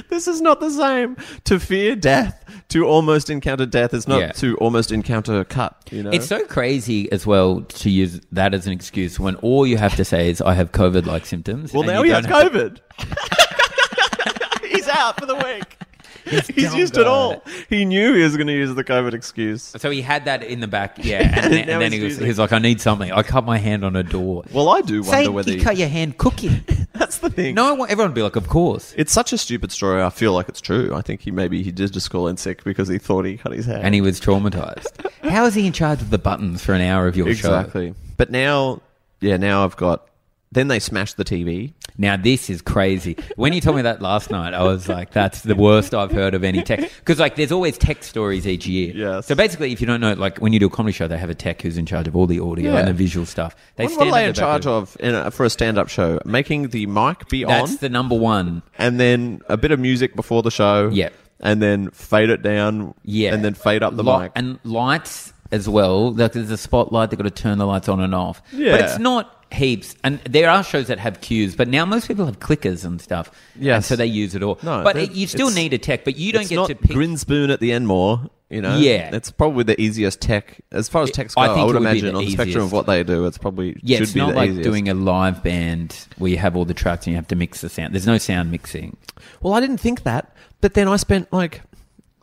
This is not the same. To fear death, to almost encounter death, is not Yeah. to almost encounter a cut. You know, It's so crazy as well to use that as an excuse when all you have to say is I have COVID-like symptoms. well and now you he don't has have- COVID. he's out for the week. He's dumb used it guy. all. He knew he was going to use the COVID excuse. So he had that in the back, yeah. And, then, now and then he's he was, using he was like, "I need something. I cut my hand on a door." Well, I do Say wonder whether you he- cut your hand cooking. that's the thing. no, I want everyone to be like, "Of course." It's such a stupid story. I feel like it's true. I think he maybe he did just call in sick because he thought he cut his hand. And he was traumatized. How is he in charge of the buttons for an hour of your show? exactly. But now, yeah, now I've got. Then they smashed the TV. Now this is crazy. When you told me that last night, I was like, "That's the worst I've heard of any tech." Because like, there's always tech stories each year. Yes. So basically, if you don't know, like when you do a comedy show, they have a tech who's in charge of all the audio Yeah. and the visual stuff. They what were stand at they the in back charge of in a, for a stand-up show? Making the mic be That's on, the number one. and then a bit of music before the show. Yeah. and then fade it down. Yeah, and then fade up the Li- mic. and lights as well. Like there's a spotlight. They've got to turn the lights on and off. Yeah. but it's not heaps. And there are shows that have cues, but now most people have clickers and stuff. Yes. and so they use it all. No, but they- it, you still it's- need a tech. But you don't it's get not to pick. Grinspoon at the end more. You know, Yeah. it's probably the easiest tech as far as techs go. I I, think would it would be imagine the on the spectrum of easiest. what they do, it's probably yeah, should it's be not the like easiest. doing a live band where you have all the tracks and you have to mix the sound. There's no sound mixing. Well, I didn't think that, but then I spent like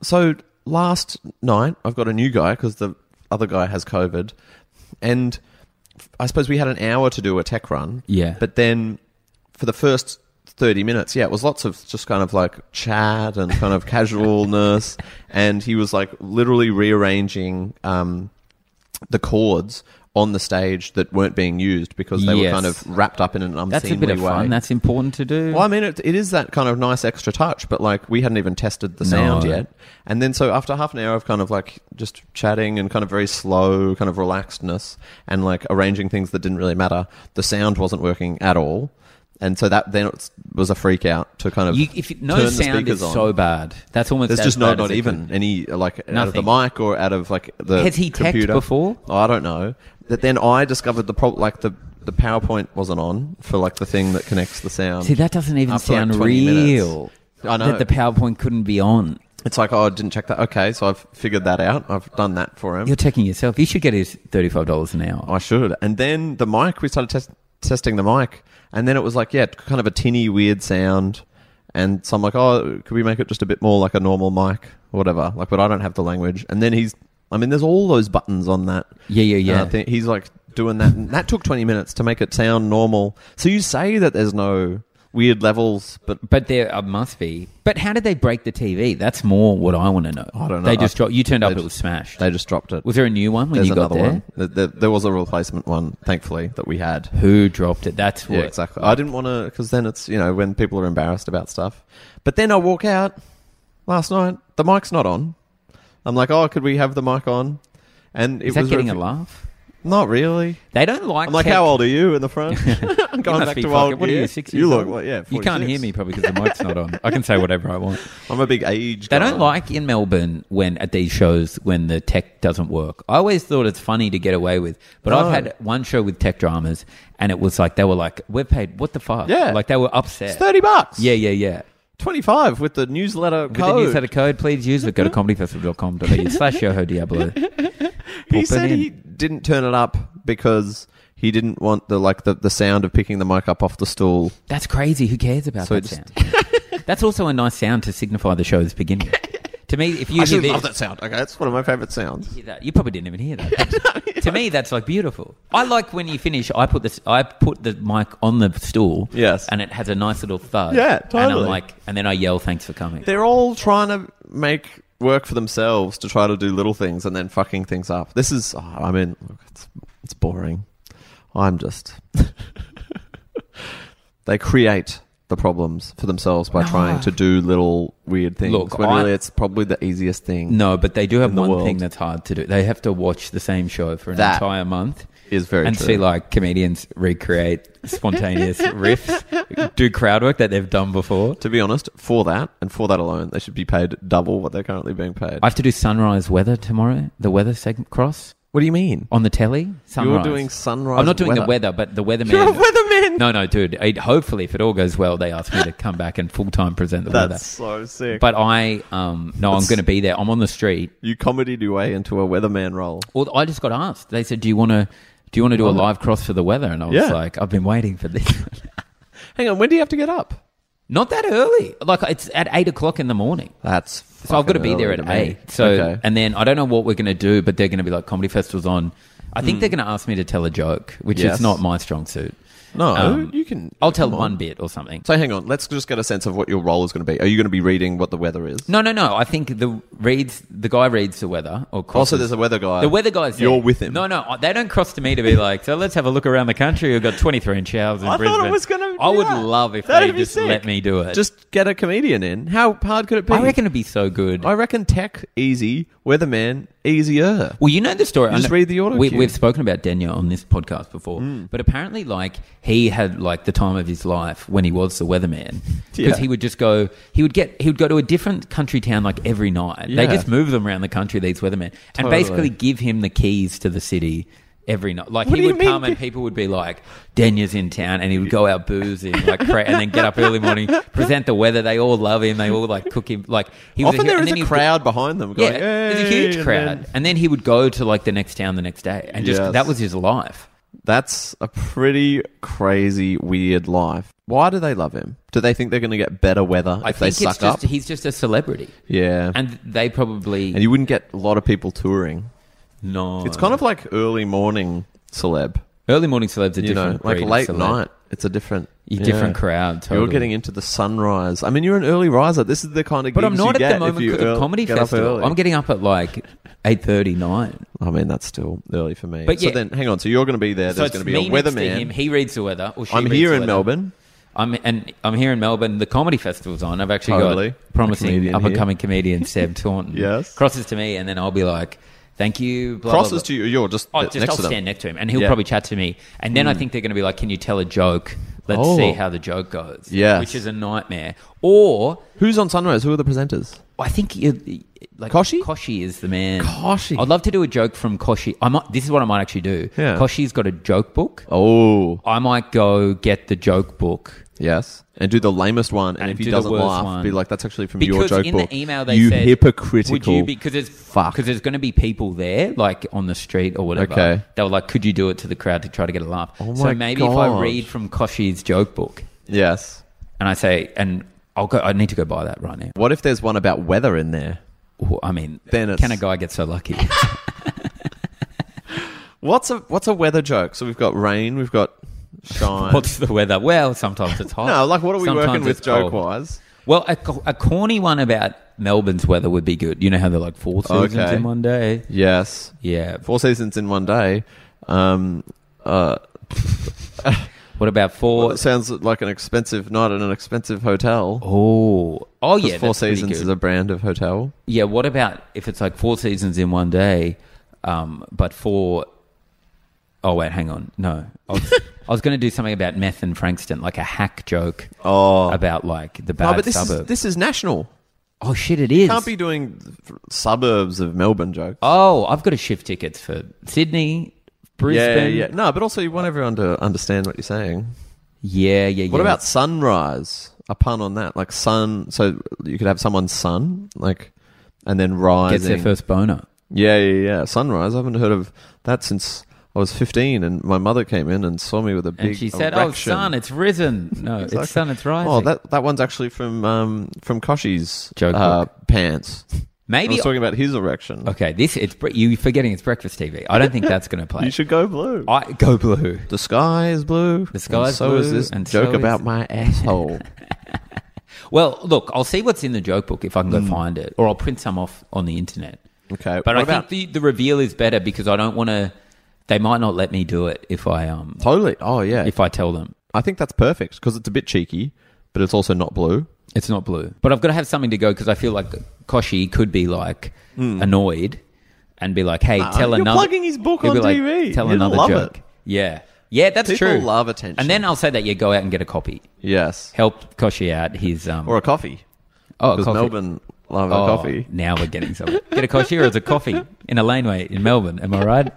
so last night. I've got a new guy because the other guy has COVID, and I suppose we had an hour to do a tech run. Yeah. but then for the first. 30 minutes. Yeah, it was lots of just kind of like chat and kind of casualness. And he was like literally rearranging um, the chords on the stage that weren't being used because they Yes. were kind of wrapped up in an unseemly That's a bit of way. fun. That's important to do. Well, I mean, it, it is that kind of nice extra touch, but like we hadn't even tested the sound No. yet. And then so after half an hour of kind of like just chatting and kind of very slow, kind of relaxedness and like arranging things that didn't really matter, the sound wasn't working at all. And so that then it was a freak out to kind of You, if you, no turn the sound speakers is on. so bad. That's almost There's as just no, bad as not it even could- any like out of the Nothing. mic or out of like the. Has he teched computer. Oh, before? I don't know. That then I discovered the problem, like the the PowerPoint wasn't on for like the thing that connects the sound. See, that doesn't even After, like, sound 20 minutes. real. I know. That the PowerPoint couldn't be on. It's like, oh, I didn't check that. Okay, so I've figured that out. I've done that for him. You're checking yourself. You should get his thirty-five dollars an hour. I should. And then the mic, we started test- testing the mic, and then it was like, yeah, kind of a tinny, weird sound. And so I'm like, oh, could we make it just a bit more like a normal mic, or whatever? Like, but I don't have the language. And then he's, I mean, there's all those buttons on that. Yeah, yeah, yeah. Uh, thi- he's like doing that, and that took 20 minutes to make it sound normal. So you say that there's no weird levels, but But there uh, must be. But how did they break the TV? That's more what I want to know. I don't know. They just I- dropped. You turned up. they It was smashed. they just dropped it. was there a new one when there's you got another there? one. There, there- there was a replacement one, thankfully, that we had. Who dropped it? That's what. Yeah, exactly. I didn't want to because then it's you know when people are embarrassed about stuff. But then I walk out last night. The mic's not on. I'm like, oh, could we have the mic on? And it Is that was getting refu- a laugh? Not really. They don't like. I'm like, tech. how old are you in the front? I'm You going must back be to fucking- old. What are yeah. you? Six years You look old? like yeah. 46. You can't hear me probably because the mic's not on. I can say whatever I want. I'm a big age. They guy. don't like in Melbourne when at these shows when the tech doesn't work. I always thought it's funny to get away with, but No. I've had one show with tech dramas and it was like they were like, "We're paid what the fuck?" Yeah. like they were upset. It's thirty bucks. Yeah, yeah, yeah. twenty five with the newsletter With code. the newsletter code, please use it. Go to comedyfestival.com.au slash yoho diablo. he Pop said it in. he didn't turn it up because he didn't want the like the, the sound of picking the mic up off the stool. That's crazy. Who cares about So that it just- sound? That's also a nice sound to signify the show's beginning. To me, if you I hear actually this, love that sound. Okay, it's one of my favorite sounds. hear that- you probably didn't even hear that. to me, that's like beautiful. I like when you finish. I put this. I put the mic on the stool. Yes. and it has a nice little thud. Yeah, And I'm totally. like, and then I yell, "Thanks for coming." They're all trying to make work for themselves to try to do little things and then fucking things up. This is, oh, I mean, look, it's, it's boring. I'm just. they create the problems for themselves by trying to do little weird things. Look, when I- really it's probably the easiest thing. No, but they do have in the one world. thing that's hard to do. They have to watch the same show for an That entire month. is very and true. see like comedians recreate spontaneous riffs, do crowd work that they've done before. To be honest, for that and for that alone, they should be paid double what they're currently being paid. I have to do sunrise weather tomorrow. The weather segment cross what do you mean? on the telly. Sunrise. You're doing sunrise. I'm not doing the weather, but the weatherman. You're a weatherman. No, no, dude. It, hopefully, if it all goes well, they ask me to come back and full time present the That's so weather. sick. But I, um, no, I'm That's- going to be there. I'm on the street. you comedied your way into a weatherman role. Well, I just got asked. They said, "Do you want to do you want to do a live cross for the weather?" And I was Oh, Yeah. like, "I've been waiting for this. Hang on, when do you have to get up? Not that early. Like it's at eight o'clock in the morning." That's So I've got to be there at eight. So and then I don't know what we're going to do, but they're going to be like comedy festivals on. I think they're going to ask me to tell a joke, which Hmm. Yes. is not my strong suit. no, um, you can. I'll tell come on. one bit or something. So hang on, let's just get a sense of what your role is going to be. Are you going to be reading what the weather is? No, no, no. I think the reads the guy reads the weather or crosses. Also, there's a weather guy. the weather guy's there. You're with him. No, no, I- they don't cross to me to be like. So let's have a look around the country. We've got 23 inch showers in I thought Brisbane. it was gonna- I would yeah. love if That'd they be just sick. let me do it. Just get a comedian in. How hard could it be? I reckon it'd be so good. I reckon tech easy, weatherman easier. Well, you know the story. I just know- read the auto We, cue. Hmm. we've spoken about Denya on this podcast before, but apparently, like he had like the time of his life when he was the weatherman because Yeah. he would just go. He would get. He would go to a different country town like every night. They Yeah. just move them around the country. These weathermen and Totally. basically give him the keys to the city. Every night, like What do he you would mean? come and people would be like, "Denya's in town," and he would go out boozing, like, cra- and then get up early morning, present the weather. They all love him. They all like cook him. Like he was Often hero- there and is a then he'd- crowd behind them. Going, yeah, there's a huge "Hey," and crowd. then- and then he would go to like the next town the next day and just Yes. that was his life. That's a pretty crazy, weird life. Why do they love him? Do they think they're going to get better weather if they suck it's just up? he's just a celebrity. Yeah. And they probably and you wouldn't get a lot of people touring. no. It's kind of like early morning celeb. early morning celebs are You different know, like breed of late celeb. night. It's a different, You yeah. different crowd. Totally. You're getting into the sunrise. I mean, you're an early riser. This is the kind of. but I'm gigs you not at get the if moment you because of earl- comedy get up festival. early. I'm getting up at like eight thirty nine. I mean, that's still early for me. But so yeah. then, hang on. So you're going to be there. So There's it's going to me be a next to weatherman. him. He reads the weather. Or she I'm reads here the in weather. Melbourne. I'm and I'm here in Melbourne. The comedy festival's on. I've actually Totally. got promising Comedian up and coming comedian Seb Taunton. Yes. crosses to me, and then I'll be like, "Thank you." Blah, blah, Crosses blah." to you. You're just Oh, next just to I'll them. stand next to him, and he'll Yeah. Hmm. probably chat to me. And then I think they're going to be like, "Can you tell a joke? Let's Oh. see how the joke goes." Yes. which is a nightmare. Or Who's on sunrise? Who are the presenters? I think you like Koshy? Koshy is the man. Koshy. I'd love to do a joke from Koshy. I might. This is what I might actually do. Yeah. Koshy's got a joke book. Oh, I might go get the joke book. yes. And do the lamest one, and, And if he do the doesn't worst laugh, one. be like, "That's actually from your because joke in book." the email they you said, hypocritical. Would you because there's fuck. because there's going to be people there, like on the street or whatever. Okay. they were like, could you do it to the crowd to try to get a laugh? Oh my so maybe if God. I read from Koshy's joke book yes. and I say, and I'll go, I need to go buy that right now. What if there's one about weather in there? Ooh, I mean, Then it's- can a guy get so lucky? What's a what's a weather joke? So we've got rain, we've got shine. What's the weather? Well, sometimes it's hot. no, like what are we Sometimes working with it's joke cold. wise? Well, a, co- a corny one about Melbourne's weather would be good. You know how they're like four seasons Okay. in one day. Yes, Yeah. four seasons in one day. Um, uh, What about four? well, it sounds like an expensive night at an expensive hotel. oh, oh yeah. Four that's pretty Seasons good. is a brand of hotel. Yeah, what about if it's like four seasons in one day, um, but four oh wait, hang on. No. I was, I was going to do something about meth and Frankston, like a hack joke Oh, about like the no, bad but this suburb. is this is national. oh shit, it is. Can't be doing suburbs of Melbourne jokes. oh, I've got to shift tickets for Sydney, Brisbane. Yeah, yeah. No, but also you want everyone to understand what you're saying. yeah, yeah. What yeah. about sunrise? A pun on that, like sun. So you could have someone's sun, like, and then gets rising. their first boner? yeah, yeah, yeah. Sunrise. I haven't heard of that since I was 15, and my mother came in and saw me with a big. And she said, erection. Oh, "Oh, son, it's risen. No, Like, it's sun, it's rising." Oh, that that one's actually from um from Koshy's Joke uh, pants. I was Maybe talking about his erection. okay. This it's bre- you forgetting it's breakfast TV. I don't think that's going to play. You should go blue. I go blue. the sky is blue. The sky and is so is blue, this and joke so is- about my asshole. Well, look, I'll see what's in the joke book if I can go find it, or I'll print some off on the internet. Okay, but Hmm. what I about- think the, the reveal is better because I don't want to. They might not let me do it if I um totally. Oh yeah. if I tell them I think that's perfect because it's a bit cheeky, but it's also not blue. it's not blue. But I've got to have something to go because I feel like Koshi could be like annoyed and be like, "Hey, tell Hmm. you're another." plugging his book He'll be on like, TV. Tell He'll another love joke. it. Yeah, yeah, that's People true. love attention. and then I'll say that you go out and get a copy. Yes. Help Koshi out. His um Or a coffee. oh, a Because coffee. Melbourne love Oh, a coffee. Now we're getting somewhere. Get a coffee or it's a coffee in a laneway in Melbourne. Am I right?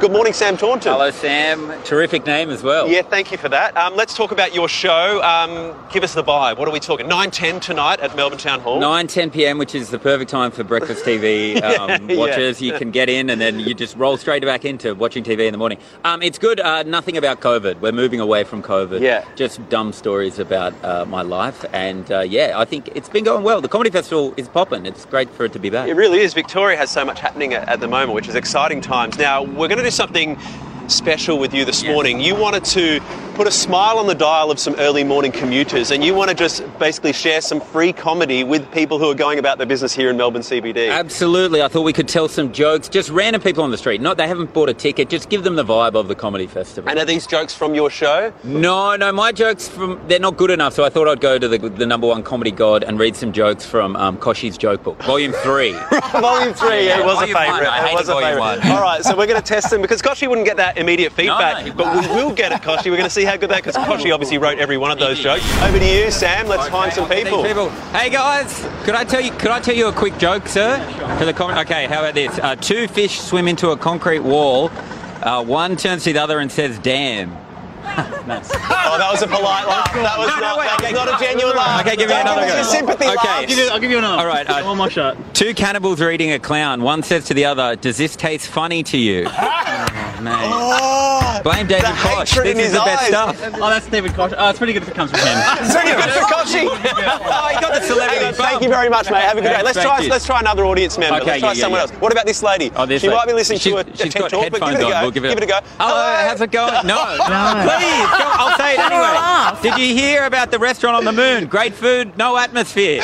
Good morning, Sam Taunton. Sam. Terrific name as well. Yeah, thank you for that. Um, let's talk about your show. Um, give us the vibe. What are we talking? 9.10 tonight at Melbourne Town Hall. 9, 10 p.m., which is the perfect time for breakfast TV um, yeah. watchers. You can get in and then you just roll straight back into watching TV in the morning. Um, it's good. Uh, nothing about COVID. We're moving away from COVID. Yeah. Just dumb stories about uh, my life. And uh, yeah, I think it's been going well. The Comedy Festival is popping. It's great for it to be back. It really is. Victoria has so much happening at, at the moment, which is exciting times. Now, we're going to do something special with you this morning. You wanted to put a smile on the dial of some early morning commuters, and you want to just basically share some free comedy with people who are going about their business here in Melbourne CBD. Absolutely. I thought we could tell some jokes. Just random people on the street. Not they haven't bought a ticket. Just give them the vibe of the comedy festival. and are these jokes from your show? no, no, my jokes from they're not good enough. So I thought I'd go to the, the number one comedy god and read some jokes from um, Koshi's joke book, volume three. Volume three, Yeah, it was a volume one. favourite. I It hated was a volume favourite. one. All right, so we're going to test them because Koshi wouldn't get that immediate No, feedback, he but we will get it, Koshi. We're going to see how good that because Koshi obviously wrote every one of those jokes. Over to you, Sam. Let's find some Okay, people. Hey guys, could I tell you? Could I tell you a quick joke, sir? For the comment. Okay, how about this? Uh, two fish swim into a concrete wall. Uh, one turns to the other and says, "Damn." Oh, that was a polite laugh. That was No, no, not, wait. that was not a genuine laugh. Okay, give me Don't another us go. your sympathy Okay. laugh. Give you- I'll give you another. All right, uh, one more shot. Two cannibals are eating a clown. One says to the other, "Does this taste funny to you?" oh, man. Oh, Blame David the Koch. hatred This in is his the best eyes. stuff. Oh, that's David Koch. Oh, it's pretty good if it comes from him. pretty good for Koshi. oh, he got the celebrity Hey, bump. Thank you very much, mate. Have a good day. Let's Thank try. you. Let's try another audience member. Okay, let's try yeah, yeah, someone yeah. else. What about this lady? Oh, this she lady. might be listening She's- to a, she's TED got talk, but give it headphones a go. on. We'll give it- it a go. Hello, how's it going? No, please, go, I'll say it anyway. Did you hear about the restaurant on the moon? Great food, no atmosphere.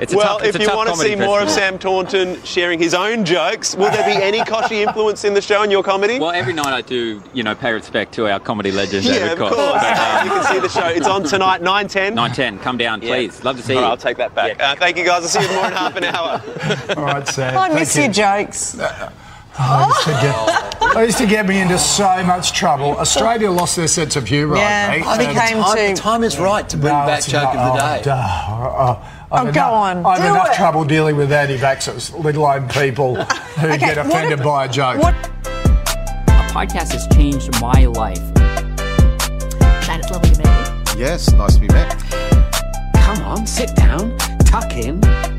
it's a Well, tough, it's if a you tough want to comedy see more of festival. Sam Taunton sharing his own jokes, will there be any Koshi influence in the show and your comedy? well, every night I do, you know, pay respect to our comedy legend, yeah, David um, of Koch. course. you can see the show. It's on tonight, 9.10. 910, come down, please. Love to see All right, you. I'll take that back. Uh, thank you, guys. I'll see you more in half an hour. All right, Sam. Oh, I thank miss you. your jokes. I used, to get, I used to get me into so much trouble. Australia lost their sense of humour. Yeah, I think, I And- became No, too. Time is right to it's not- oh, duh. Oh, oh, I've Oh, go enough- on, I have do enough it. trouble dealing with anti-vaxxers, let alone people who Okay, get what offended ab- by a joke. What A podcast has changed my life. Shane, it's lovely to meet you. Yes, nice to be back. Come on, sit down, tuck in.